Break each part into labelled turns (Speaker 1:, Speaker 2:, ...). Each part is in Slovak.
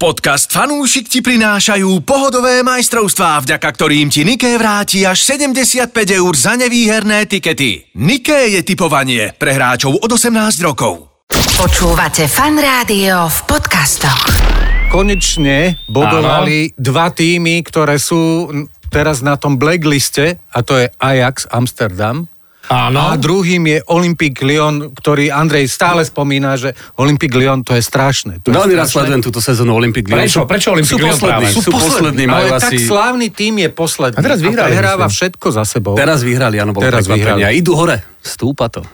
Speaker 1: Podcast Fanúšik ti prinášajú pohodové majstrovstvá, vďaka ktorým ti Niké vráti až 75 eur za nevýherné tikety. Niké je typovanie pre hráčov od 18 rokov.
Speaker 2: Počúvate fan rádio v podcastoch.
Speaker 3: konečne bodovali dva týmy, ktoré sú teraz na tom blackliste, a to je Ajax Amsterdam.
Speaker 4: Áno.
Speaker 3: A druhým je Olympique Lyon, ktorý Andrej stále spomína, že Olympique Lyon to je strašné. To je
Speaker 5: Veľmi rád
Speaker 3: strašné.
Speaker 5: sledujem túto sezónu Olympic Lyon.
Speaker 4: Prečo? Prečo Olympic
Speaker 5: sú
Speaker 4: Lyon
Speaker 5: poslední,
Speaker 4: práve?
Speaker 5: Sú poslední, majú
Speaker 3: ale tak
Speaker 5: asi...
Speaker 3: slávny tým je posledný.
Speaker 4: A teraz vyhrali,
Speaker 3: prehráva
Speaker 4: myslím.
Speaker 3: všetko za sebou.
Speaker 5: Teraz vyhrali, áno, bolo
Speaker 3: Teraz
Speaker 5: prekvapenie. A
Speaker 3: vyhrali.
Speaker 5: idú hore, stúpa to.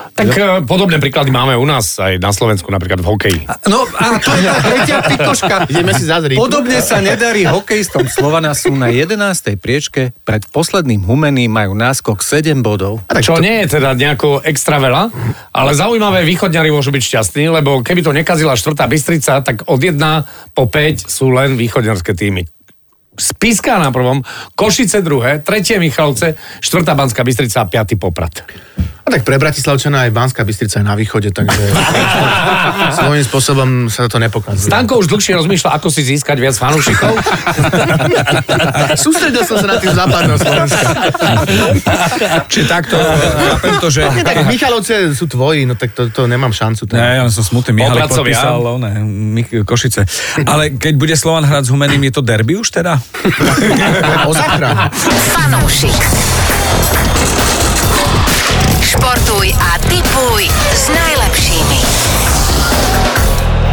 Speaker 4: Tak eh, podobné príklady máme u nás aj na Slovensku, napríklad v hokeji.
Speaker 3: No a to je tá tretia pikoška.
Speaker 6: Ideme si zazrieť.
Speaker 3: Podobne sa nedarí hokejistom Slovana sú na 11. priečke. Pred posledným humeným majú náskok 7 bodov.
Speaker 4: tak čo to... nie je teda nejako extra veľa, ale zaujímavé, východňari môžu byť šťastní, lebo keby to nekazila štvrtá Bystrica, tak od 1 po 5 sú len východňarské týmy. Spiska na prvom, Košice druhé, tretie Michalce, štvrtá Banská Bystrica a piatý Poprad.
Speaker 6: A tak pre Bratislavčana aj Banská Bystrica je na východe, takže svojím spôsobom sa to nepokazuje.
Speaker 4: Stanko už dlhšie rozmýšľa, ako si získať viac fanúšikov.
Speaker 6: Sústredil som sa na tým západnom Slovensku.
Speaker 3: Či takto, chápem to, že...
Speaker 6: Vlastne Tak Michalovce sú tvoji, no tak to, to nemám šancu. Tam.
Speaker 7: Ne, ja som smutný, Mihalik
Speaker 4: Popracovia.
Speaker 7: podpísal no ne, Mich- Košice. Ale keď bude Slovan hrať s Humeným, je to derby už teda?
Speaker 6: O záchranu.
Speaker 2: Fanúšik. Športuj a tipuj s najlepšími.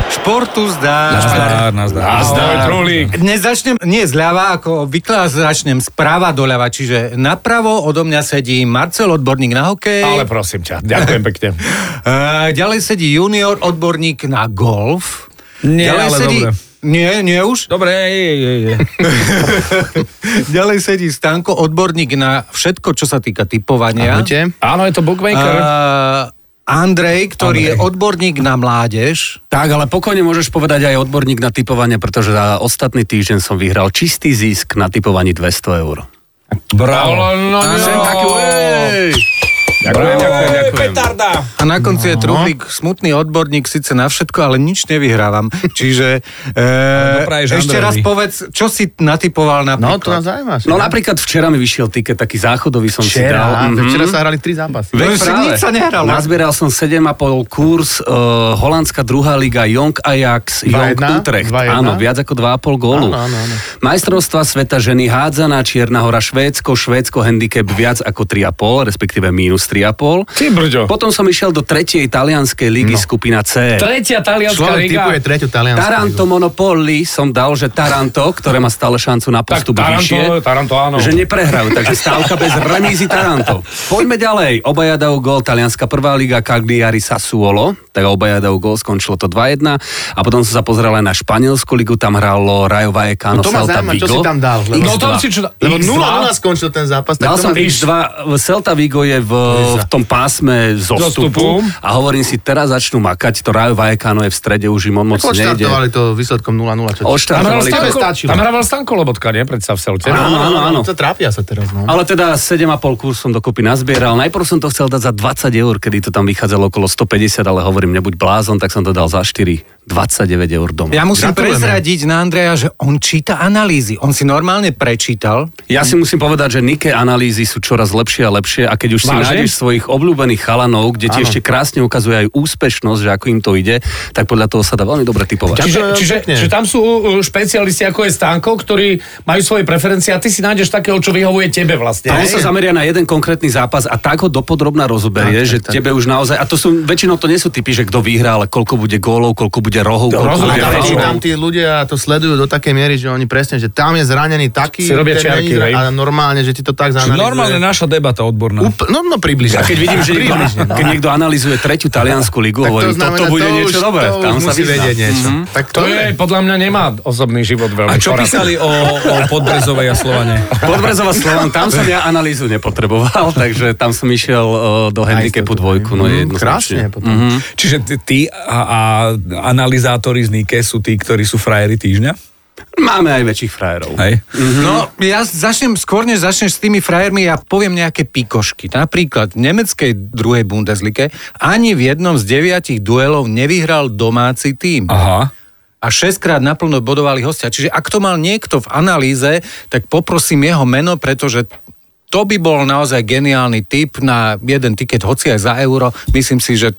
Speaker 3: Športu zdá.
Speaker 7: Nazdar, nazdar. No,
Speaker 4: Zdaj, trulík.
Speaker 3: Dnes začnem, nie zľava, ako obvykle začnem správa doľava, čiže napravo odo mňa sedí Marcel, odborník na hokej.
Speaker 4: Ale prosím ťa, ďakujem pekne.
Speaker 3: E, ďalej sedí junior, odborník na golf.
Speaker 7: Nie,
Speaker 3: ďalej
Speaker 7: ale
Speaker 3: sedí...
Speaker 7: dobre.
Speaker 3: Nie, nie už.
Speaker 7: Dobre, je, je, je.
Speaker 3: Ďalej sedí Stanko, odborník na všetko, čo sa týka typovania.
Speaker 6: Ahojte.
Speaker 4: Áno, je to bookmaker.
Speaker 3: A Andrej, ktorý je odborník na mládež.
Speaker 5: Tak, ale pokojne môžeš povedať aj odborník na typovanie, pretože za ostatný týždeň som vyhral čistý zisk na typovaní 200 eur.
Speaker 7: Bravo.
Speaker 4: no,
Speaker 5: Sem taký, uej!
Speaker 4: Ďakujem, ďakujem, ďakujem.
Speaker 7: Petarda.
Speaker 3: A na konci no. je truhlík, smutný odborník síce na všetko, ale nič nevyhrávam. Čiže e,
Speaker 7: dopraješ
Speaker 3: ešte
Speaker 7: Andrejovi.
Speaker 3: raz povedz, čo si natypoval
Speaker 6: No, to nás
Speaker 3: napríklad.
Speaker 6: zaujíma.
Speaker 5: No napríklad včera mi vyšiel tiket, taký záchodový som si dal.
Speaker 6: Včera,
Speaker 5: Mhm.
Speaker 6: včera sa hrali tri zápasy.
Speaker 3: Veď si
Speaker 5: práve.
Speaker 3: nič sa nehralo.
Speaker 5: Nazbieral som 7,5 kurz, uh, holandská druhá liga, Jong Ajax, Jong
Speaker 6: 2:1,
Speaker 5: Utrecht.
Speaker 6: 2:1.
Speaker 5: Áno, viac ako 2,5 gólu.
Speaker 6: Áno, áno, áno.
Speaker 5: Majstrovstva sveta ženy hádzaná, Čierna hora, Švédsko, Švédsko handicap viac ako 3,5, respektíve minus 3,5.
Speaker 4: Ty brďo.
Speaker 5: Potom som išiel do tretej talianskej ligy no. skupina C.
Speaker 4: Tretia talianská
Speaker 6: Človek
Speaker 4: liga.
Speaker 6: typuje treťu taliansku.
Speaker 5: Taranto Monopoli som dal, že Taranto, ktoré má stále šancu na
Speaker 4: Tak
Speaker 5: postup vyššie,
Speaker 4: Taranto, Taranto, áno.
Speaker 5: že neprehrajú, takže stávka bez remízy Taranto. Poďme ďalej. Obaja dajú gól, Talianska prvá liga, Cagliari Sassuolo, tak obaja dajú gól, skončilo to 2-1. A potom som sa pozrel aj na Španielsku ligu, tam hralo Rayo Vallecano,
Speaker 6: No to ma
Speaker 5: Celta
Speaker 6: zaujíma, čo
Speaker 5: Vigo.
Speaker 6: si tam dal. Lebo,
Speaker 4: No tam si čo...
Speaker 6: lebo
Speaker 4: X2?
Speaker 6: 0-0 skončil ten zápas. tak
Speaker 5: Dal
Speaker 6: to
Speaker 5: som
Speaker 6: ma-
Speaker 5: X2, Celta Vigo je v, v tom pásme
Speaker 4: Zostupu.
Speaker 5: zostupu a hovorím si, teraz začnú makať, to Rayo Vallecano je v strede, už im on moc nejde.
Speaker 6: Odštartovali to výsledkom 0-0. Čo...
Speaker 4: Tam hral
Speaker 5: Odštartovali to.
Speaker 4: Stanko,
Speaker 6: stačilo.
Speaker 4: tam hral Stanko Lobotka, nie? Predsa v Selte.
Speaker 5: Áno.
Speaker 6: To trápia sa teraz, no.
Speaker 5: Ale teda 7,5 kurz som dokopy nazbieral. Najprv som to chcel dať za 20 eur, kedy to tam vychádzalo okolo 150, ale hovorím, nebuď blázon, tak som to dal za 4, 29 eur doma.
Speaker 3: Ja musím
Speaker 6: Gratulujeme.
Speaker 3: prezradiť na Andreja, že on číta analýzy. On si normálne prečítal.
Speaker 5: Ja si musím povedať, že Nike analýzy sú čoraz lepšie a lepšie a keď už si
Speaker 4: Vážne?
Speaker 5: nájdeš svojich obľúbených chalanov, kde ti ešte krásne ukazuje aj úspešnosť, že ako im to ide, tak podľa toho sa dá veľmi dobre typovať.
Speaker 4: Čiže,
Speaker 6: Ďakujem
Speaker 4: čiže,
Speaker 6: pekne.
Speaker 4: čiže tam sú uh, špecialisti ako je Stanko, ktorí majú svoje preferencie a ty si nájdeš takého, čo vyhovuje tebe vlastne.
Speaker 5: A on sa zameria na jeden konkrétny zápas a tak ho dopodrobná rozoberie, že tebe už naozaj... A to sú, väčšinou to nie sú typy, že kto vyhrá, ale koľko bude gólov, koľko bude rohov, koľko
Speaker 4: rozumiem,
Speaker 5: bude
Speaker 4: ale
Speaker 6: Ale
Speaker 4: Áno.
Speaker 6: či
Speaker 5: faulov.
Speaker 6: tam tí ľudia to sledujú do takej miery, že oni presne, že tam je zranený taký,
Speaker 4: Si robia
Speaker 6: ten
Speaker 4: čiarky,
Speaker 6: není zra-
Speaker 4: hej?
Speaker 6: a normálne, že ti to tak zanalizuje.
Speaker 7: Normálne naša debata odborná.
Speaker 6: Úpl- no, no
Speaker 5: A
Speaker 6: približne.
Speaker 5: keď vidím, že niekto, keď niekto analizuje tretiu taliansku ligu,
Speaker 6: tak
Speaker 5: hovorím,
Speaker 6: to, znamená,
Speaker 5: toto bude
Speaker 6: to
Speaker 5: niečo
Speaker 6: už,
Speaker 5: dobré.
Speaker 6: To
Speaker 5: Tam
Speaker 6: už
Speaker 5: sa
Speaker 6: musí
Speaker 5: vyzná. Mhm.
Speaker 6: vedieť niečo. Tak
Speaker 4: To je, podľa mňa nemá osobný život veľmi.
Speaker 7: A čo
Speaker 4: poradný.
Speaker 7: písali o, o Podbrezovej a Slovane?
Speaker 5: Podbrezová Slovan, tam som ja analýzu nepotreboval, takže tam som išiel o, do handicapu dvojku, no
Speaker 6: Mm,
Speaker 5: jednoznačne. Mhm.
Speaker 6: Krásne potom.
Speaker 7: Čiže ty- ty a, a analizátori z Nike sú tí, ktorí sú frajeri týždňa?
Speaker 5: Máme aj väčších frajerov.
Speaker 7: Hej.
Speaker 3: No, ja začnem, skôr než začneš s tými frajermi, ja poviem nejaké pikošky. Napríklad v nemeckej druhej Bundeslike ani v jednom z deviatich duelov nevyhral domáci tým.
Speaker 7: Aha.
Speaker 3: a šestkrát naplno bodovali hostia. Čiže ak to mal niekto v analýze, tak poprosím jeho meno, pretože to by bol naozaj geniálny tip na jeden tiket, hoci aj za euro. Myslím si, že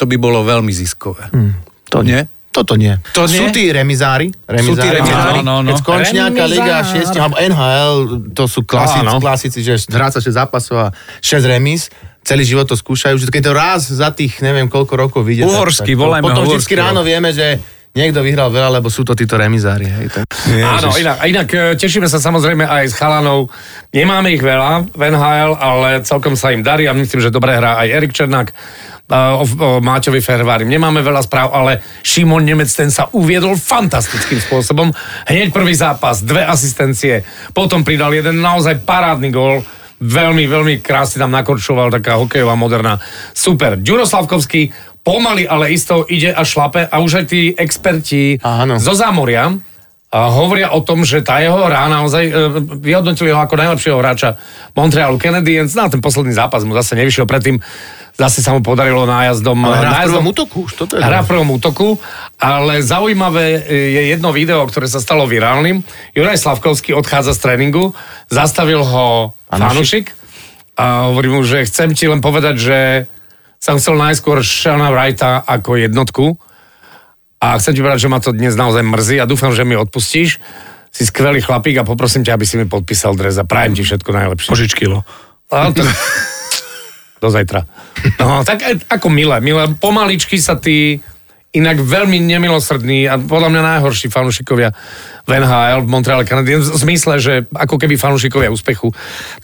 Speaker 3: to by bolo veľmi ziskové. Hmm,
Speaker 6: To nie. Toto nie.
Speaker 3: To nie?
Speaker 6: Sú tí remizári. remizári.
Speaker 3: tí remizári.
Speaker 6: Áno,
Speaker 7: Áno, áno.
Speaker 6: Keď skončí nejaká
Speaker 4: Remizár.
Speaker 6: liga 6, alebo NHL, to sú klasici,
Speaker 4: Áno.
Speaker 6: klasici že hrá sa 6 zápasov a 6 remis. Celý život to skúšajú, že keď to raz za tých neviem koľko rokov vyjde. tak-
Speaker 7: Uhorský,
Speaker 6: tak to-
Speaker 7: volajme
Speaker 6: Potom vždycky
Speaker 7: Uhorský.
Speaker 6: ráno vieme, že niekto vyhral veľa, lebo sú to títo remizári. Hej, tak.
Speaker 4: Áno, inak, a inak e, tešíme sa samozrejme aj s chalanov. Nemáme ich veľa v NHL, ale celkom sa im darí a myslím, že dobre hrá aj Erik Černák. E, O, o Máťovi Fervárim. Nemáme veľa správ, ale Šimon Nemec ten sa uviedol fantastickým spôsobom. Hneď prvý zápas, dve asistencie, potom pridal jeden naozaj parádny gól. Veľmi, veľmi krásne tam nakorčoval, taká hokejová moderná. Super. Ďuro Slavkovský pomaly, ale isto ide a šlape a už aj tí experti
Speaker 6: Áno.
Speaker 4: zo zámoria a hovoria o tom, že tá jeho hra naozaj e, vyhodnotili ho ako najlepšieho hráča Montrealu Canadiens. Na ten posledný zápas mu zase nevyšiel predtým. Zase sa mu podarilo nájazdom.
Speaker 6: Ale hrá v
Speaker 4: nájazdom
Speaker 6: prvom útoku, už toto je.
Speaker 4: Hra v prvom útoku, ale zaujímavé e, je jedno video, ktoré sa stalo virálnym. Juraj Slavkovský odchádza z tréningu, zastavil ho fanušik a hovorí mu, že chcem ti len povedať, že som chcel najskôr Shana Wrighta ako jednotku, a chcem ti povedať, že ma to dnes naozaj mrzí a dúfam, že mi odpustíš. Si skvelý chlapík a poprosím ťa, aby si mi podpísal dres a prajem ti všetko najlepšie.
Speaker 7: Požič kilo.
Speaker 4: A to... Do zajtra. No, tak aj- ako milé, milé. Pomaličky sa tí inak veľmi nemilosrdní a podľa mňa najhorší fanúšikovia v NHL, v Montreal Canadiens, v zmysle, že ako keby fanúšikovia úspechu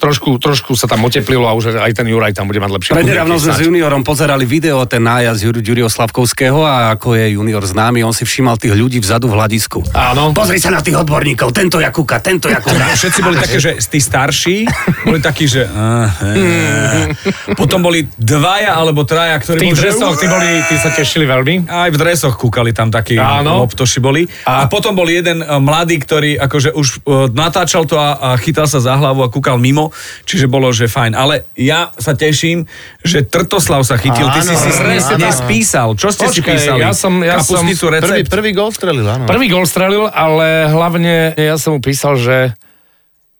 Speaker 4: trošku, trošku sa tam oteplilo a už aj ten Juraj tam bude mať lepšie.
Speaker 5: Prednedávno sme
Speaker 4: podmienky
Speaker 5: s
Speaker 4: snáď.
Speaker 5: juniorom pozerali video ten nájazd Jur- Jurio Slavkovského a ako je junior známy, on si všímal tých ľudí vzadu v hľadisku.
Speaker 4: Áno.
Speaker 5: Pozri sa na tých odborníkov, tento Jakúka, tento Jakúka.
Speaker 7: Všetci boli také, že tí starší boli takí, že... "Ah, eh." Potom boli dvaja alebo traja,
Speaker 4: V
Speaker 7: ktorí
Speaker 4: tých
Speaker 7: boli, že,
Speaker 4: dresoch, tí, boli, tí sa tešili veľmi.
Speaker 7: Aj v dresoch kúkali tam takí
Speaker 4: Áno.
Speaker 7: loptoši boli. A potom bol jeden e, mladý, ktorý akože už e, natáčal to a, a chytal sa za hlavu a kúkal mimo, čiže bolo, že fajn. Ale ja sa teším, že Trtoslav sa chytil. Ty si
Speaker 6: Áno,
Speaker 7: si presne
Speaker 6: áno.
Speaker 7: dnes písal. Čo ste si
Speaker 4: Počkej,
Speaker 7: písali?
Speaker 4: ja som- ja som
Speaker 7: Kapustnicu, recept.
Speaker 6: Prvý, prvý gol strelil, áno.
Speaker 4: Prvý gol strelil, ale hlavne ja som mu písal, že,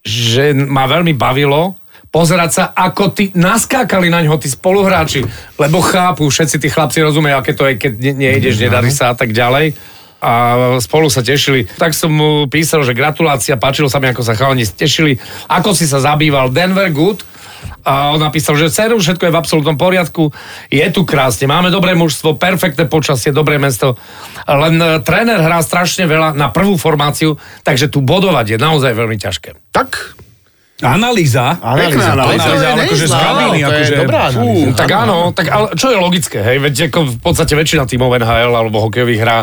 Speaker 4: že ma veľmi bavilo pozerať sa, ako ty naskákali na ňo tí spoluhráči, lebo chápu, všetci tí chlapci rozumejú, aké to je, keď ne- nejdeš, nedarí sa a tak ďalej a spolu sa tešili. Tak som mu písal, že gratulácia, páčilo sa mi, ako sa chalani tešili, ako si sa zabýval Denver Good, a on napísal, že dceru, všetko je v absolútnom poriadku, je tu krásne, máme dobré mužstvo, perfektné počasie, dobré mesto, len e, tréner hrá strašne veľa na prvú formáciu, takže tu bodovať je naozaj veľmi ťažké.
Speaker 6: Tak,
Speaker 7: Analýza.
Speaker 6: analýza.
Speaker 7: analýza,
Speaker 6: To je
Speaker 7: ale akože z
Speaker 6: nezlá,
Speaker 7: kabíny,
Speaker 6: to je
Speaker 7: akože-
Speaker 6: dobrá
Speaker 7: Fú,
Speaker 6: analýza.
Speaker 4: Mm, tak áno, tak ale čo je logické, hej, veď ako v podstate väčšina tímov NHL alebo hokejových hrá,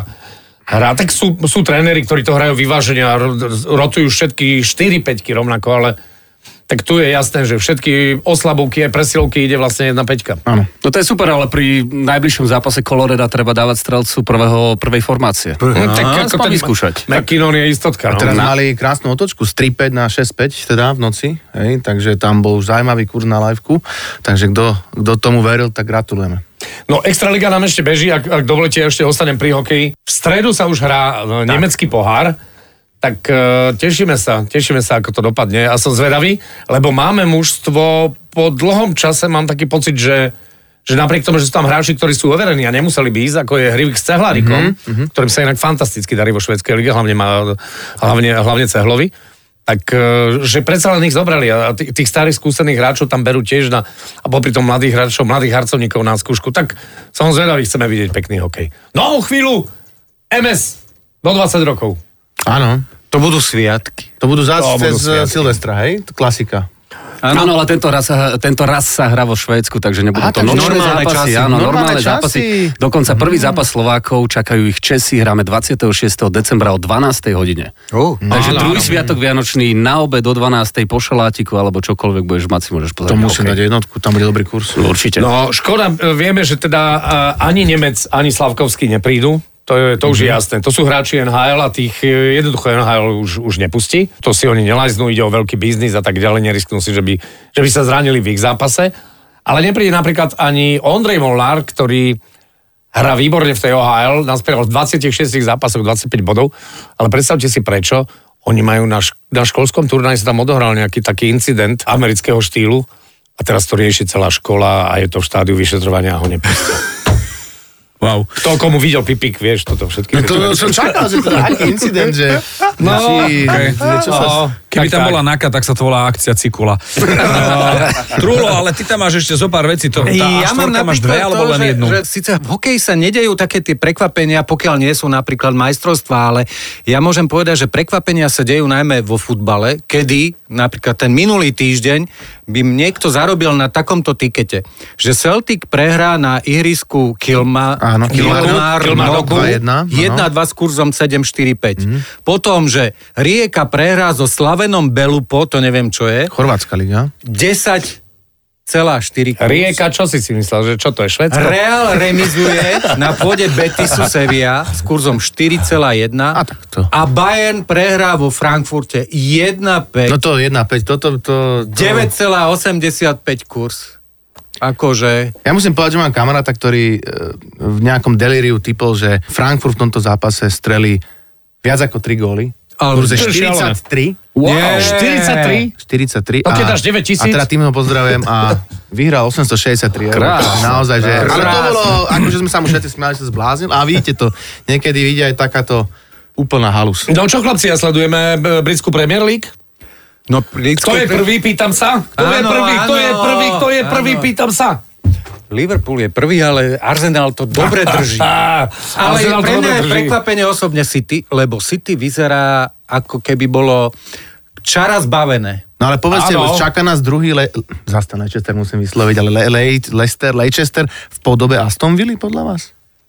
Speaker 4: hrá, tak sú, sú tréneri, ktorí to hrajú vyváženia, a ro- rotujú všetky 4-5 rovnako, ale tak tu je jasné, že všetky oslabovky a presilovky ide vlastne jedna peťka.
Speaker 6: Áno.
Speaker 5: No to je super, ale pri najbližšom zápase Koloreda treba dávať strelcu prvého, prvej formácie.
Speaker 4: Hm, tak
Speaker 5: Aha,
Speaker 4: ako
Speaker 5: aspoň
Speaker 4: ten
Speaker 5: vyskúšať.
Speaker 4: McKinnon je istotka. No.
Speaker 6: Teraz Teda mali krásnu otočku z 3.5 na 6.5, teda v noci, hej, takže tam bol už zaujímavý kurz na liveku, takže kto, kto tomu veril, tak gratulujeme.
Speaker 4: no Extraliga nám ešte beží, ak, ak dovolíte, ešte ostanem pri hokeji. V stredu sa už hrá no, nemecký pohár, tak e, tešíme sa, tešíme sa, ako to dopadne a som zvedavý, lebo máme mužstvo, po dlhom čase mám taký pocit, že že napriek tomu, že sú tam hráči, ktorí sú overení a nemuseli by ísť, ako je Hrivik s Cehlárikom, mm-hmm. ktorým sa inak fantasticky darí vo švedskej lige, hlavne, má, hlavne, hlavne Cehlovi, tak e, že predsa len ich zobrali a tých, tých starých skúsených hráčov tam berú tiež na, a popri tom mladých hráčov, mladých harcovníkov na skúšku, tak som zvedavý, chceme vidieť pekný hokej. No chvíľu, MS, do 20 rokov.
Speaker 6: Áno,
Speaker 3: To budú sviatky.
Speaker 6: to budú zás
Speaker 4: To budú
Speaker 6: cez e,
Speaker 4: sviatky.
Speaker 6: Silvestra, hej, To klasika.
Speaker 5: Áno, no, ale tento raz, sa- tento raz sa hrá vo Švédsku, takže nebudú
Speaker 6: Aha,
Speaker 5: to
Speaker 6: takže
Speaker 5: nočné
Speaker 6: normálne
Speaker 5: zápasy.
Speaker 6: časy,
Speaker 5: áno,
Speaker 6: normálne
Speaker 5: normálne
Speaker 6: časy. Mm.
Speaker 5: zápasy. Dokonca prvý zápas Slovákov, čakajú ich Česi, hráme 26. decembra o 12. hodine.
Speaker 3: Oh.
Speaker 6: No,
Speaker 5: Takže druhý sviatok Vianočný na obed do 12. po šalátiku alebo čokoľvek budeš mať, si môžeš pozrieť.
Speaker 6: To musím dať jednotku, tam bude dobrý kurz.
Speaker 5: Určite.
Speaker 4: No škoda, e, vieme, že teda e, ani Nemec, ani Slavkovský neprídu, to, je, to už je jasné. To sú hráči NHL a tých e, jednoducho NHL už, už nepustí. To si oni nelajznú, ide o veľký biznis a tak ďalej, nerisknú si, že by, že by sa zranili v ich zápase. Ale nepríde napríklad ani Ondrej Molnár, ktorý Hra výborne v tej OHL, naspieval v 26 zápasoch 25 bodov, ale predstavte si prečo, oni majú na, š- na školskom turnaji sa tam odohral nejaký taký incident amerického štýlu a teraz to rieši celá škola a je to v štádiu vyšetrovania a ho nepustia.
Speaker 7: Wow.
Speaker 4: Kto komu videl pipik, vieš,
Speaker 3: No
Speaker 4: toto všetky.
Speaker 6: To som čakal, že teda aký incident, že...
Speaker 4: No,
Speaker 6: či,
Speaker 7: okay.
Speaker 6: čo sa...
Speaker 4: No,
Speaker 7: Keby
Speaker 4: tak,
Speaker 7: tam
Speaker 4: tak.
Speaker 7: bola NAKA, tak sa to volá akcia Cikula. Trulo, ale ty tam máš ešte zo pár vecí. To, tá ja štvorka máš dve,
Speaker 3: napríklad
Speaker 7: alebo
Speaker 3: to,
Speaker 7: len
Speaker 3: že,
Speaker 7: jednu.
Speaker 3: Že síce v hokeji sa nedejú také tie prekvapenia, pokiaľ nie sú napríklad majstrovstvá, ale ja môžem povedať, že prekvapenia sa dejú najmä vo futbale, kedy napríklad ten minulý týždeň by m- niekto zarobil na takomto tikete, že Celtic prehrá na ihrisku Kilma,
Speaker 6: Áno,
Speaker 3: Kilmar,
Speaker 6: Kilmarnock.
Speaker 3: Kilmarnocku
Speaker 6: 2:1, áno. Mhm.
Speaker 3: 1-2 s kurzom 7-4-5. Mm. Potom, že Rieka prehrá so Slavenom Belupo, to neviem čo je,
Speaker 6: Chorvátska liga.
Speaker 3: 10 celá 4
Speaker 4: Rieka, čo si si myslel, že čo to je, Švedsko?
Speaker 3: Real remizuje na pôde Betisu Sevilla s kurzom 4,1
Speaker 6: A takto.
Speaker 3: a Bayern prehrá vo Frankfurte 1,5
Speaker 6: No to 1,5, toto... To, to...
Speaker 3: 9,85 kurz. Akože
Speaker 6: Ja musím povedať, že mám kamaráta, ktorý e, v nejakom delíriu typol, že Frankfurt v tomto zápase strelí viac ako 3 góly.
Speaker 3: Ale-
Speaker 6: Ale kurze
Speaker 4: To je šialené.
Speaker 6: 43.
Speaker 4: Wow,
Speaker 3: Nie.
Speaker 4: 43?
Speaker 6: 43.
Speaker 4: To keď dáš 9 tisíc?
Speaker 6: A teda tým ho pozdravujem a vyhral 863 eur.
Speaker 3: Krásne.
Speaker 6: Naozaj, že... Ale to
Speaker 3: Krásne.
Speaker 6: bolo, akože sme sa mu všetci smiali, že sa zbláznil. A vidíte to, niekedy vidia aj takáto úplná halus.
Speaker 4: No čo chlapci, ja sledujeme e, britskú Premier League.
Speaker 3: no, Lidsko,
Speaker 4: Kto je prvý, pýtam sa. Kto je
Speaker 3: Áno,
Speaker 4: prvý, kto je
Speaker 3: áno,
Speaker 4: prvý, kto je prvý,
Speaker 3: áno.
Speaker 4: pýtam sa.
Speaker 3: Liverpool je prvý, ale Arsenal to dobre drží.
Speaker 4: Á,
Speaker 3: Ale
Speaker 4: Arsenal to
Speaker 3: pre mňa je
Speaker 4: drží.
Speaker 3: prekvapenie osobne City, lebo City vyzerá ako keby bolo čara zbavené.
Speaker 6: No ale povedzte,
Speaker 4: Áno.
Speaker 6: čaká nás druhý, le... zase ten Leicester musím vysloviť, ale Le- Le- Leicester, Leicester v podobe Aston Villa podľa vás?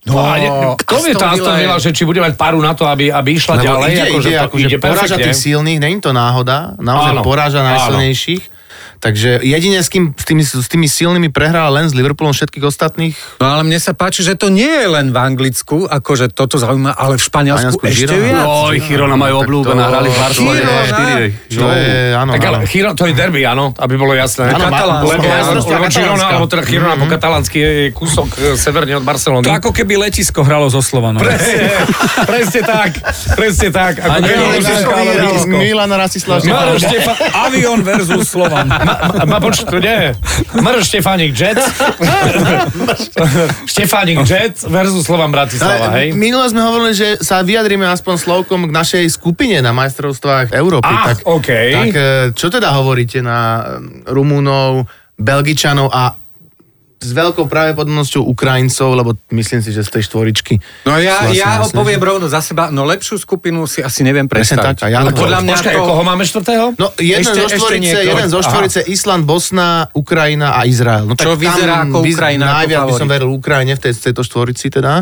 Speaker 4: No, a ne, kto vie tá Aston Villa, že či bude mať paru na to, aby, aby išla
Speaker 6: Lebo
Speaker 4: ďalej?
Speaker 6: ide,
Speaker 4: akože
Speaker 6: ide,
Speaker 4: to
Speaker 6: akože
Speaker 4: ide
Speaker 6: poráža
Speaker 4: perfektne.
Speaker 6: tých silných, není to náhoda, naozaj
Speaker 4: Áno,
Speaker 6: poráža
Speaker 4: áno.
Speaker 6: najsilnejších. Takže jedine s, kým, s, tými, s tými silnými prehral len s Liverpoolom všetkých ostatných.
Speaker 3: No ale mne sa páči, že to nie je len v Anglicku, akože toto zaujíma, ale v Španielsku
Speaker 6: Španielsku
Speaker 3: ešte viac.
Speaker 6: Girona.
Speaker 5: Oj, Chirona majú obľúbená, hrali v Barcelone.
Speaker 3: Chirona.
Speaker 5: Štyri-
Speaker 6: To je, áno,
Speaker 4: Tak ale
Speaker 6: áno.
Speaker 4: Chiro, to je derby, áno, aby bolo jasné.
Speaker 6: no. Áno,
Speaker 3: Katalánsko. Áno,
Speaker 4: lebo, lebo, lebo
Speaker 6: Katalánska. Mhm.
Speaker 4: Girona, alebo teda Chirona po katalánsky je kúsok e, severne od Barcelony.
Speaker 7: To ako keby letisko hralo zo Slovanom.
Speaker 4: presne, presne tak, presne tak. Ako
Speaker 7: nie,
Speaker 4: keby
Speaker 7: nie,
Speaker 4: Letisko
Speaker 7: nie,
Speaker 4: hralo
Speaker 7: nie,
Speaker 4: zo-
Speaker 7: Letisko.
Speaker 6: Milan Rasislav.
Speaker 4: Maro Štefa-
Speaker 7: Avion versus Slovan.
Speaker 4: Ma, ma, ma poč- nie. Maro Štefánik Jets. Štefánik Jets versus Slovan Bratislava, hej?
Speaker 6: Minule sme hovorili, že sa vyjadrime aspoň slovkom k našej skupine na majstrovstvách Európy.
Speaker 4: Ach,
Speaker 6: tak,
Speaker 4: Ah, OK.
Speaker 6: tak e, čo teda hovoríte na e, Rumunov, Belgičanov a s veľkou pravdepodobnosťou Ukrajincov, lebo myslím si, že z tej štvoričky. vlastne
Speaker 3: No ja,
Speaker 6: sú asi
Speaker 3: ja ho
Speaker 6: najsilnejší.
Speaker 3: poviem rovno za seba, no lepšiu skupinu si asi neviem
Speaker 6: Presne tak,
Speaker 3: predstaviť.
Speaker 6: a ja
Speaker 3: Ale
Speaker 6: to-
Speaker 3: podľa mňa
Speaker 4: Počkaj,
Speaker 3: to...
Speaker 4: koho máme štvrtého?
Speaker 6: No, jeden
Speaker 3: Ešte-
Speaker 6: ešte, zo
Speaker 3: ešte
Speaker 6: štvorice,
Speaker 3: niekto.
Speaker 6: jeden zo
Speaker 4: Aha.
Speaker 6: štvorice, Island, Bosna, Ukrajina a Izrael. No,
Speaker 3: Čo vyzerá ako
Speaker 6: vyz-
Speaker 3: Ukrajina, ako
Speaker 6: Najviac by som
Speaker 3: favorit.
Speaker 6: veril Ukrajine v tej, tejto štvorici teda,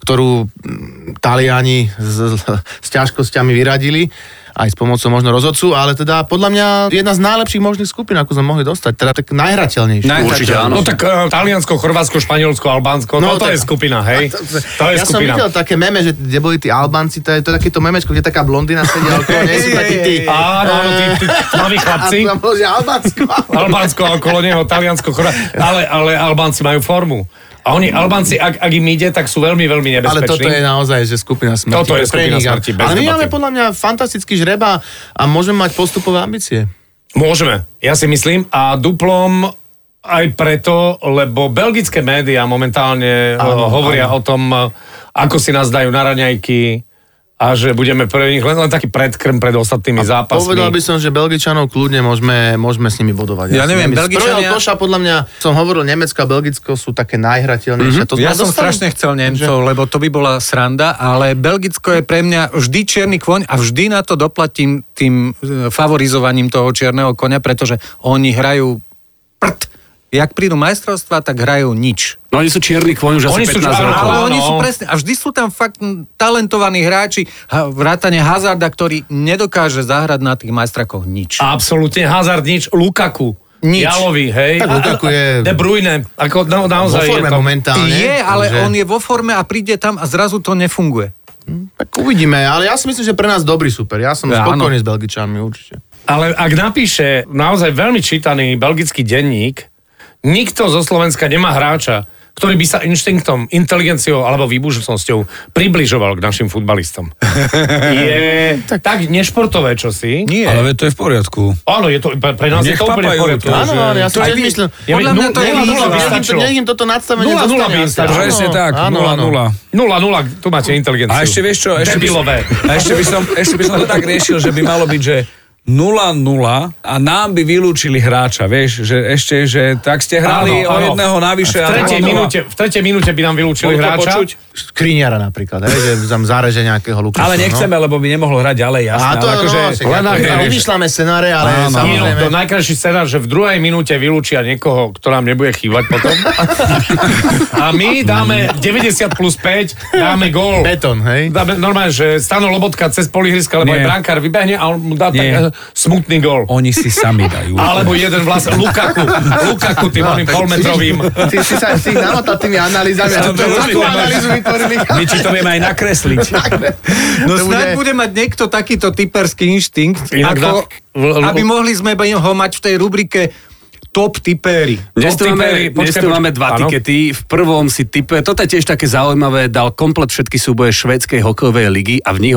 Speaker 6: ktorú mm, Taliani s, s ťažkosťami vyradili aj s pomocou možno rozhodcu, ale teda podľa mňa jedna z najlepších možných skupín, ako sme mohli dostať, teda tak najhrateľnejšia.
Speaker 3: Najhrateľnejšia.
Speaker 5: Určite
Speaker 4: No
Speaker 5: áno.
Speaker 4: tak uh, Taliansko, Chorvátsko, Španielsko, Albánsko, no,
Speaker 6: No,
Speaker 4: to
Speaker 6: tak-
Speaker 4: je skupina, hej? To, je skupina.
Speaker 6: ja som videl také meme, že kde boli tí Albánci, to je, to je takéto memečko, kde taká blondina sedia okolo, nie sú takí tí...
Speaker 4: Áno, áno, tí, tí tmaví chlapci.
Speaker 6: A tam bolo, že Albánsko.
Speaker 4: Albánsko a okolo neho, Taliansko, Chorvátsko. Ale, ale Albánci majú formu. A oni, Albánci, ak, ak im ide, tak sú veľmi, veľmi
Speaker 6: Ale
Speaker 4: nebezpeční.
Speaker 6: toto je naozaj, že skupina smrti.
Speaker 4: Toto je
Speaker 6: Pre
Speaker 4: skupina
Speaker 6: nich.
Speaker 4: smrti, bez
Speaker 6: Ale my
Speaker 4: debaty.
Speaker 6: máme podľa mňa fantastický žreba a môžeme mať postupové ambície.
Speaker 4: Môžeme, ja si myslím. A duplom aj preto, lebo belgické médiá momentálne áno, hovoria áno. o tom, e, ako si nás dajú na raňajky a že budeme pre nich len, len taký predkrm pred ostatnými a zápasmi.
Speaker 6: Povedal by som, že Belgičanov kľudne môžeme, môžeme s nimi bodovať.
Speaker 3: Ja neviem,
Speaker 6: Belgičania... Z prvého
Speaker 3: Belgičania-
Speaker 6: koša podľa mňa, som hovoril, Nemecko a Belgicko sú také
Speaker 4: Mhm.
Speaker 6: najhrateľnejšie. Mm-hmm.
Speaker 3: Ja
Speaker 7: No,
Speaker 3: som strašne chcel Nemcov, lebo to by bola sranda, ale Belgicko je pre mňa vždy čierny kvoň a vždy na to doplatím tým e, favorizovaním toho čierneho konia, pretože oni hrajú prd. Jak prídu majstrovstva, tak hrajú nič.
Speaker 5: No oni sú čierny kvoň už asi
Speaker 4: Oni sú
Speaker 5: 15
Speaker 4: čierni
Speaker 5: rokov.
Speaker 4: kvoň.
Speaker 3: Ale oni
Speaker 4: Áno.
Speaker 3: sú presne, a vždy sú tam fakt m, talentovaní hráči, ha- vrátane Hazarda, ktorý nedokáže zahrať na tých majstrakoch nič.
Speaker 4: A Absolútne Hazard nič, Lukaku.
Speaker 3: Nič.
Speaker 4: Jalovi, hej.
Speaker 6: Tak Lukaku je-
Speaker 4: De Bruyne, ako no,
Speaker 6: vo
Speaker 4: naozaj
Speaker 6: forme
Speaker 4: je to...
Speaker 6: momentálne.
Speaker 3: je, ale
Speaker 6: takže-
Speaker 3: on je vo forme a príde tam a zrazu to nefunguje.
Speaker 6: Tak uvidíme, ale ja si myslím, že pre nás dobrý super. Ja som
Speaker 3: Ja,
Speaker 6: spokojný s Belgičanmi určite.
Speaker 4: Ale ak napíše naozaj veľmi čítaný belgický denník, nikto zo Slovenska nemá hráča, ktorý by sa inštinktom, inteligenciou alebo výbušnosťou približoval k našim futbalistom. je tak, tak nešportové čosi.
Speaker 3: Nie.
Speaker 7: Ale veď to je v poriadku.
Speaker 4: Áno, je to, pre pre nás
Speaker 7: Nech
Speaker 4: je to úplne v
Speaker 7: papajú
Speaker 4: poriadku.
Speaker 7: to,
Speaker 6: Áno,
Speaker 7: že-
Speaker 6: áno, ja som
Speaker 4: Aj
Speaker 6: tiež
Speaker 4: vy- no,
Speaker 6: myslel.
Speaker 4: Ja
Speaker 3: Podľa mňa
Speaker 4: viem, nu-
Speaker 3: to je
Speaker 4: nula-
Speaker 3: nula
Speaker 4: nula by
Speaker 3: by
Speaker 6: Nech im to-
Speaker 4: stačilo.
Speaker 6: nech im toto nadstavenie
Speaker 4: Nula, nula
Speaker 6: zostane
Speaker 4: by
Speaker 6: asi.
Speaker 4: stačilo. No,
Speaker 7: Presne tak,
Speaker 6: áno,
Speaker 7: nula,
Speaker 6: áno.
Speaker 7: nula.
Speaker 4: Nula, nula, tu máte inteligenciu.
Speaker 7: A ešte vieš čo? Ešte by,
Speaker 4: Debilové.
Speaker 7: a ešte by som, ešte by som to tak riešil, že by malo byť, že 0-0 a nám by vylúčili hráča, vieš, že ešte, že tak ste hrali o
Speaker 4: Áno, áno.
Speaker 7: jedného navyše.
Speaker 4: V
Speaker 7: a
Speaker 4: tretej,
Speaker 7: 0-0.
Speaker 4: minúte, v tretej minúte by nám vylúčili
Speaker 7: Bolo to
Speaker 4: hráča.
Speaker 7: počuť?
Speaker 6: Skriniara napríklad, hej, že tam záreže nejakého Lukasu.
Speaker 7: Ale nechceme, lebo by nemohol hrať ďalej,
Speaker 6: No.
Speaker 7: jasné.
Speaker 6: A to,
Speaker 7: ale akože,
Speaker 6: no, však
Speaker 4: len
Speaker 6: ako-
Speaker 4: ak-
Speaker 6: ale vymýšľame scenáre, ale
Speaker 7: Áno, áno.
Speaker 4: Nie, no,
Speaker 6: samozrejme.
Speaker 4: to najkrajší scenár, že v druhej minúte vylúčia niekoho, kto nám nebude chýbať potom. A my dáme 90 plus 5, dáme gól.
Speaker 6: Betón, hej?
Speaker 4: Dáme, normálne, že Stano Lobotka cez polihriska, lebo
Speaker 7: Nie.
Speaker 4: aj brankár vybehne a on mu dá tak
Speaker 7: Nie.
Speaker 4: eh, smutný gól.
Speaker 7: Oni si sami dajú.
Speaker 4: Alebo jeden vlast Lukaku. Lukaku
Speaker 6: No,
Speaker 4: tým oným polmetrovým.
Speaker 6: Ty si sa si namotal tými analýzami.
Speaker 7: Ja
Speaker 6: Ja
Speaker 7: to
Speaker 6: takú
Speaker 7: rozumiem.
Speaker 6: analýzu vytvorili.
Speaker 7: My ti to vieme aj nakresliť.
Speaker 3: No
Speaker 6: To
Speaker 3: snáď
Speaker 6: bude-
Speaker 3: bude... mať niekto takýto typerský inštinkt,
Speaker 4: Inak
Speaker 3: ako,
Speaker 4: na-
Speaker 3: aby mohli sme ho mať v tej rubrike top tipéri.
Speaker 5: Dnes tu,
Speaker 4: Top tipéri, počkaj,
Speaker 5: máme, dnes tu
Speaker 4: počkaj.
Speaker 5: máme dva
Speaker 4: Áno.
Speaker 5: tikety. V prvom si type, toto je tiež také zaujímavé, dal komplet všetky súboje švédskej hokejovej ligy a v nich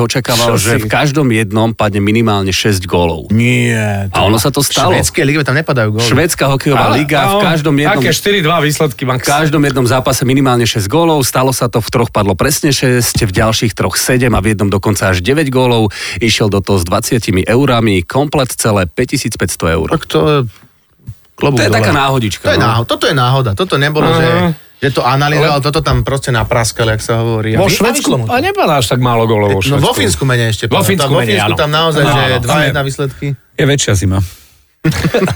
Speaker 4: Čo
Speaker 5: očakával, že
Speaker 4: si?
Speaker 5: v každom jednom padne minimálne 6 gólov.
Speaker 6: Nie.
Speaker 5: A ono sa to stalo.
Speaker 6: V švedskej lige tam nepadajú góly.
Speaker 5: Švédska hokejová liga v
Speaker 6: no,
Speaker 5: každom jednom...
Speaker 4: Také 4-2 výsledky
Speaker 5: V
Speaker 4: max.
Speaker 5: každom jednom zápase minimálne 6 gólov, stalo sa to v troch padlo presne 6, v ďalších troch 7 a v jednom dokonca až 9 gólov. Išiel do toho s 20 eurami, komplet celé 5500 eur.
Speaker 6: Tak to je... Klobúk
Speaker 5: To je
Speaker 6: dole.
Speaker 5: taká náhodička.
Speaker 6: To je
Speaker 5: no.
Speaker 6: náhoda. Toto je náhoda. Toto nebolo, že,
Speaker 4: Aha.
Speaker 6: že to analyzoval, toto tam proste napraskali, ak sa hovorí.
Speaker 4: Vo
Speaker 6: A vy- a vyšlo mu
Speaker 4: Švedsku?
Speaker 6: to.
Speaker 4: A nepadáš tak málo golov vo
Speaker 6: No
Speaker 4: Švedsku.
Speaker 6: vo Fínsku menej ešte.
Speaker 4: Vo
Speaker 6: Tam-
Speaker 4: Fínsku
Speaker 6: vo
Speaker 4: menej, áno.
Speaker 6: Fínsku tam naozaj,
Speaker 4: Áno,
Speaker 6: že
Speaker 4: áno,
Speaker 6: dva
Speaker 4: tam je-
Speaker 6: jedna výsledky.
Speaker 7: Je väčšia zima.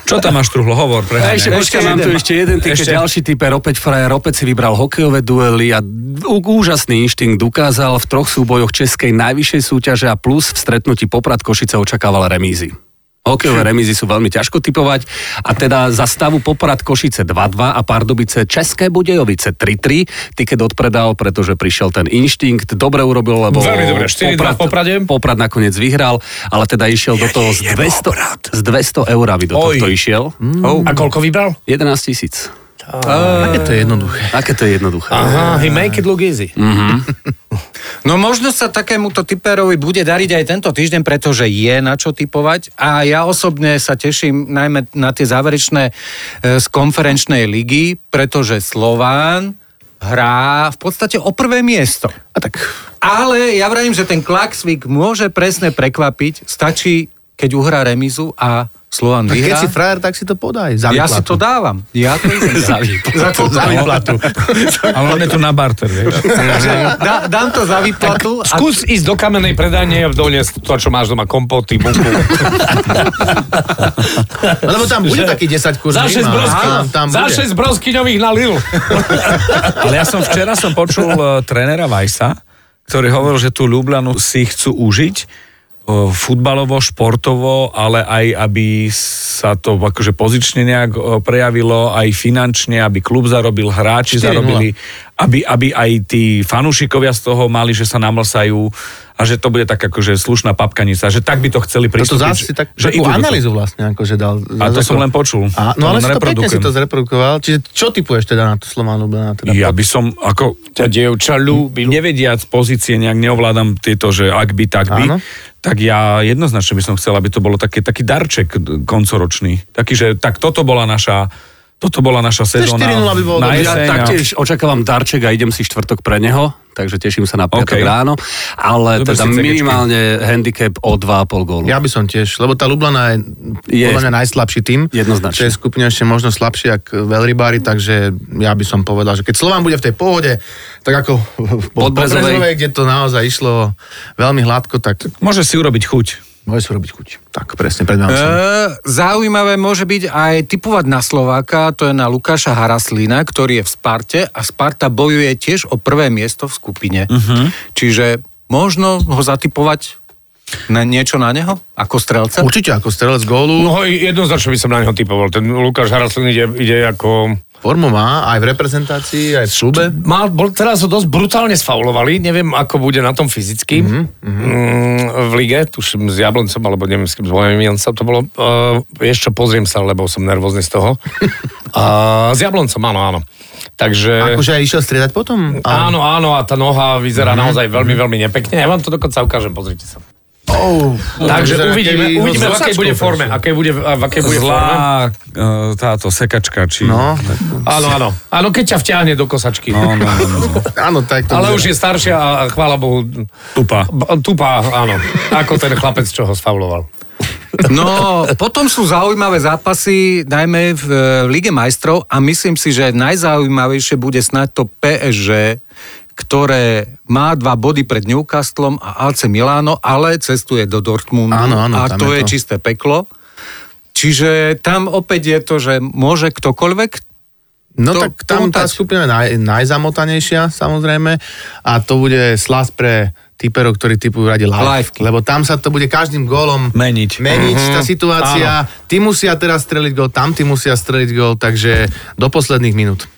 Speaker 7: Čo tam máš, Truhlo? Hovor,
Speaker 5: A
Speaker 7: preháňaj.
Speaker 5: ešte, ešte mám tu ešte jeden typ, ešte. ďalší typer, opäť frajer, opäť si vybral hokejové duely a ú- úžasný inštinkt ukázal v troch súbojoch českej najvyššej súťaže a plus v stretnutí Poprad Košice očakával remízy. Hokejové remízy sú veľmi ťažko typovať a teda za stavu Poprad Košice 2-2 a Pardubice České Budejovice 3-3. Tiket odpredal, pretože prišiel ten inštinkt, dobre urobil, lebo
Speaker 4: Veľmi dobre, 4-2 v Poprade.
Speaker 5: Poprad nakoniec vyhral, ale teda išiel do toho s 200, s 200 eurami do
Speaker 7: Oj.
Speaker 5: tohto išiel.
Speaker 4: A koľko vybral?
Speaker 5: 11 tisíc.
Speaker 6: Aké to je jednoduché.
Speaker 5: Aké to je jednoduché.
Speaker 4: Aha, he make it look easy.
Speaker 5: Mm.
Speaker 3: No možno sa takémuto typerovi bude dariť aj tento týždeň, pretože je na čo typovať a ja osobne sa teším najmä na tie záverečné e, z konferenčnej ligy, pretože Slován hrá v podstate o prvé miesto. A tak. Ale ja vravím, že ten Klaxvik môže presne prekvapiť, stačí, keď uhrá remizu a Slován
Speaker 6: Tak keď
Speaker 3: vyhrá.
Speaker 6: si frajer, tak si to podaj. Za
Speaker 3: ja si to
Speaker 6: výplatu.
Speaker 3: dávam. Ja to idem dať.
Speaker 6: Za to za výplatu.
Speaker 7: Ale on je tu na barter, vieš.
Speaker 3: Takže dá, dám to za výplatu. a
Speaker 4: Skús ísť do kamennej predajne a doniesť to, čo máš doma, kompoty, buku.
Speaker 6: Lebo tam bude
Speaker 4: Že-
Speaker 6: taký 10 kurz.
Speaker 4: Za 6
Speaker 6: minimálne.
Speaker 4: brosky,
Speaker 6: Áno, tam
Speaker 4: za
Speaker 6: bude.
Speaker 4: 6 broskyňových na Lil.
Speaker 7: Ale ja som včera som počul uh, trénera Vajsa, ktorý hovoril, že tú Ljubljanu si chcú užiť uh, futbalovo, športovo, ale aj aby sa to akože pozične nejak uh, prejavilo, aj finančne, aby klub zarobil, hráči
Speaker 6: 4-0.
Speaker 7: zarobili, aby, aby aj tí fanúšikovia z toho mali, že sa namlsajú a že to bude tak akože slušná papkanica, že tak by to chceli pristúpiť.
Speaker 6: Toto zás
Speaker 7: že-
Speaker 6: si No tak,
Speaker 7: že
Speaker 6: takú
Speaker 7: idú do toho.
Speaker 6: analýzu vlastne akože dal.
Speaker 7: A to som len počul.
Speaker 6: A,
Speaker 7: To
Speaker 6: no
Speaker 7: len
Speaker 6: ale si to pekne si
Speaker 7: reprodukujem.
Speaker 6: to zreprodukoval. Čiže čo typuješ teda na to Slován Lublana? Teda?
Speaker 7: Ja by som, ako ťa dievča ľúbil, nevediac pozície, nejak neovládam tieto, že ak by, tak by,
Speaker 6: Áno.
Speaker 7: tak ja jednoznačne by som chcel, aby to bolo taký, taký darček d- koncoročný. Taký, že tak toto bola naša toto bola naša sezóna.
Speaker 6: 4:0 by bolo
Speaker 7: na
Speaker 6: dobre.
Speaker 5: Ja
Speaker 7: jeseň, a-
Speaker 5: taktiež očakávam darček a idem si štvrtok pre neho, takže teším sa na piatok
Speaker 7: OK.
Speaker 5: ráno, ale
Speaker 7: Zober
Speaker 5: teda
Speaker 7: si cegečky.
Speaker 5: minimálne handicap o 2,5 gólu.
Speaker 6: Ja by som tiež, lebo tá Lublana je,
Speaker 5: Je.
Speaker 6: je podľa mňa najslabší tým.
Speaker 5: Jednoznačne.
Speaker 6: Čo je skupina ešte možno slabšie ako Veľrybári, takže ja by som povedal, že keď Slován bude v tej pohode, tak ako v
Speaker 5: Podbrezovej.
Speaker 6: Podbrezovej, kde to naozaj išlo veľmi hladko, tak
Speaker 7: Môže si urobiť chuť.
Speaker 6: môže si robiť chuť. Tak presne, pred vami som.
Speaker 3: E, zaujímavé môže byť aj typovať na Slováka, to je na Lukáša Haraslina, ktorý je v Sparte a Sparta bojuje tiež o prvé miesto v skupine. Uh-huh. Čiže možno ho zatipovať na niečo na neho, ako strelca?
Speaker 6: Určite ako strelec gólu.
Speaker 4: No jednoznačne by som na neho typoval. Ten Lukáš Haraslin ide, ide ako...
Speaker 6: Formu má aj v reprezentácii, aj v šlube.
Speaker 4: Mal, bol, teraz ho dosť brutálne sfaulovali, neviem, ako bude na tom fyzicky
Speaker 7: Mhm,
Speaker 4: mm-hmm, mm, v lige, tuším s Jabloncom, alebo neviem, s kým s Bohemiancom to bolo. Uh, vieš čo, pozriem sa, lebo som nervózny z toho. uh, s Jabloncom, áno, áno. Takže...
Speaker 6: Akože aj išiel striedať potom?
Speaker 4: E- Áno, áno, a tá
Speaker 7: Mhm.
Speaker 4: noha vyzerá mm-hmm. naozaj veľmi, veľmi nepekne. Ja vám to dokonca ukážem, pozrite sa.
Speaker 6: Oh,
Speaker 7: No,
Speaker 4: Takže
Speaker 6: vyzerá,
Speaker 4: uvidíme,
Speaker 6: keby-
Speaker 4: uvidíme v
Speaker 6: no,
Speaker 4: akej
Speaker 6: zlačkou
Speaker 4: bude
Speaker 6: proste.
Speaker 4: forme, aké bude, v akej bude forme.
Speaker 7: Zlá eh, táto sekačka, či...
Speaker 6: No, tak,
Speaker 4: Áno, áno. Áno, keď ťa vťahne do kosačky.
Speaker 7: No, no, no, no.
Speaker 6: áno, tak to
Speaker 4: Ale
Speaker 6: vyzerá.
Speaker 4: už je staršia a a chvála Bohu.
Speaker 7: Tupa.
Speaker 4: b- Tupá, áno. Ako ten chlapec, čo ho sfauloval.
Speaker 3: No, potom sú zaujímavé zápasy, najmä v e, Lige majstrov a myslím si, že najzaujímavejšie bude snáď to PSG, ktoré má dva body pred Newcastlom a AC Milano, ale cestuje do Dortmundu
Speaker 6: Áno, áno,
Speaker 3: a
Speaker 6: tam
Speaker 3: to je,
Speaker 6: je to.
Speaker 3: čisté peklo. Čiže tam opäť je to, že môže ktokoľvek
Speaker 6: No
Speaker 3: to
Speaker 6: tak tam
Speaker 3: pútať.
Speaker 6: tá skupina je naj, najzamotanejšia samozrejme a to bude slas pre typerov, ktorí typujú radi live.
Speaker 3: Liveky.
Speaker 6: Lebo tam sa to bude každým gólom
Speaker 7: Meniť.
Speaker 6: meniť tá situácia. Ty musia teraz streliť gól, tam ty musia streliť gól, takže do posledných minút.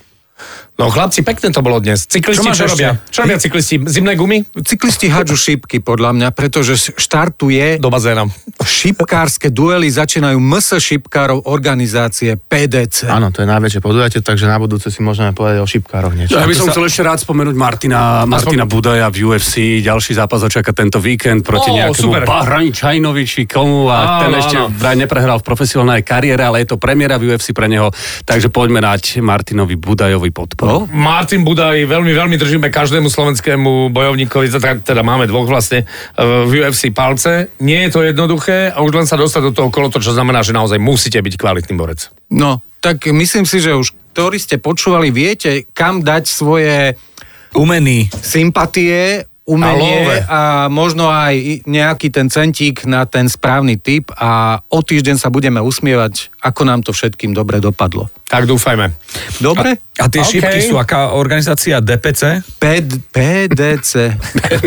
Speaker 4: No chlapci, pekne to bolo dnes. Cyklisti
Speaker 7: Čo
Speaker 4: čo,
Speaker 7: máš ešte?
Speaker 4: robia? Čo robia cyklisti? Zimné gumy?
Speaker 3: Cyklisti hádžu šípky, podľa mňa, pretože štartuje
Speaker 4: Do bazéna.
Speaker 3: šípkárske duely, začínajú MS šípkárov organizácie PDC.
Speaker 6: Áno, to je najväčšie podujatie, takže na budúce si môžeme povedať o šipkároch niečo.
Speaker 5: Ja by som chcel ešte rád spomenúť Martina, Martina Budaja v UFC. Ďalší zápas ho čaká tento víkend proti
Speaker 4: Ó, super.
Speaker 5: nejakému Bahrajčajnovi či komu a
Speaker 4: Áno,
Speaker 5: ten ešte
Speaker 4: áno.
Speaker 5: vraj neprehral v profesionálnej kariére, ale je to premiéra v UFC pre neho. Takže poďme dať Martinovi Budajovi podporu.
Speaker 4: Martin Budaj, veľmi, veľmi držíme každému slovenskému bojovníkovi, teda, teda máme dvoch vlastne e, v UFC palce. Nie je to jednoduché a už len sa dostať do toho kolo, to čo znamená, že naozaj musíte byť kvalitný borec.
Speaker 3: No, tak myslím si, že už ktorí ste počúvali, viete, kam dať svoje
Speaker 7: Umený.
Speaker 3: sympatie, umenie a, možno aj i- nejaký ten centík na ten správny typ a o týždeň sa budeme usmievať, ako nám to všetkým dobre dopadlo.
Speaker 4: Tak dúfajme.
Speaker 3: Dobre?
Speaker 7: A tie
Speaker 4: OK.
Speaker 7: okay. šípky sú aká organizácia DPC?
Speaker 3: P- PDC.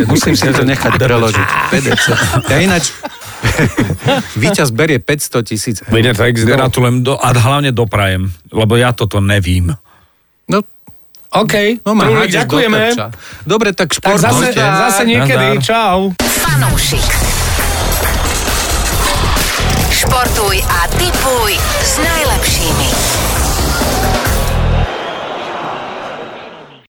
Speaker 3: Musím si to nechať preložiť. PDC. Ja ináč... Výťaz berie 500 tisíc eur.
Speaker 4: Vyjde to exit.
Speaker 7: Gratulujem do, a hlavne doprajem, lebo ja toto nevím.
Speaker 3: No,
Speaker 4: OK,
Speaker 3: no ma
Speaker 4: Trulík,
Speaker 3: hádzaš do
Speaker 4: ďakujeme.
Speaker 3: terča. Dobre, tak
Speaker 4: Tak
Speaker 3: šport.
Speaker 4: zase,
Speaker 3: buďte.
Speaker 4: zase niekedy.
Speaker 7: Nazdar.
Speaker 4: Čau.
Speaker 2: Fanúšik. Športuj a tipuj s najlepšími.